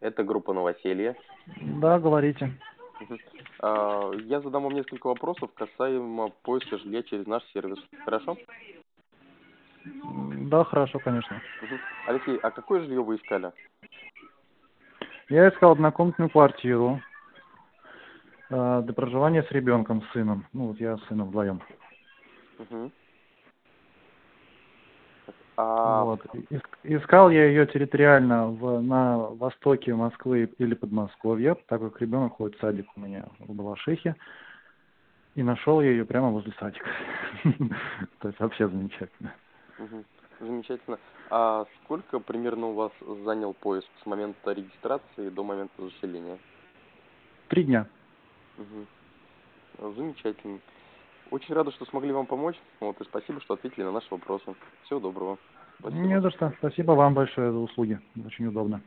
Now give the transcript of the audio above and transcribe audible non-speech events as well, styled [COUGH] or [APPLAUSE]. Это группа «Новоселье». Да, говорите. Мгм. А, Я задам вам несколько вопросов касаемо поиска жилья через наш сервис. Хорошо? М, Да, хорошо, конечно. Мгм. Алексей, а какое жилье вы искали? Я искал однокомнатную квартиру э, для проживания с ребенком, с сыном. Ну, вот я с сыном вдвоем. Мгм. А, Ну Вот. Иск- Искал я ее территориально в, на востоке Москвы или Подмосковья, так как ребенок ходит в садик у меня в Балашихе. И нашел я ее прямо возле садика. [LAUGHS] То есть вообще замечательно. мгм. Замечательно. А сколько примерно у вас занял поиск с момента регистрации до момента заселения? Три дня. Мгм. А, Замечательно. Очень рада, что смогли вам помочь. Вот, и спасибо, что ответили на наши вопросы. Всего доброго. Спасибо. Не за что. Спасибо вам большое за услуги. Очень удобно.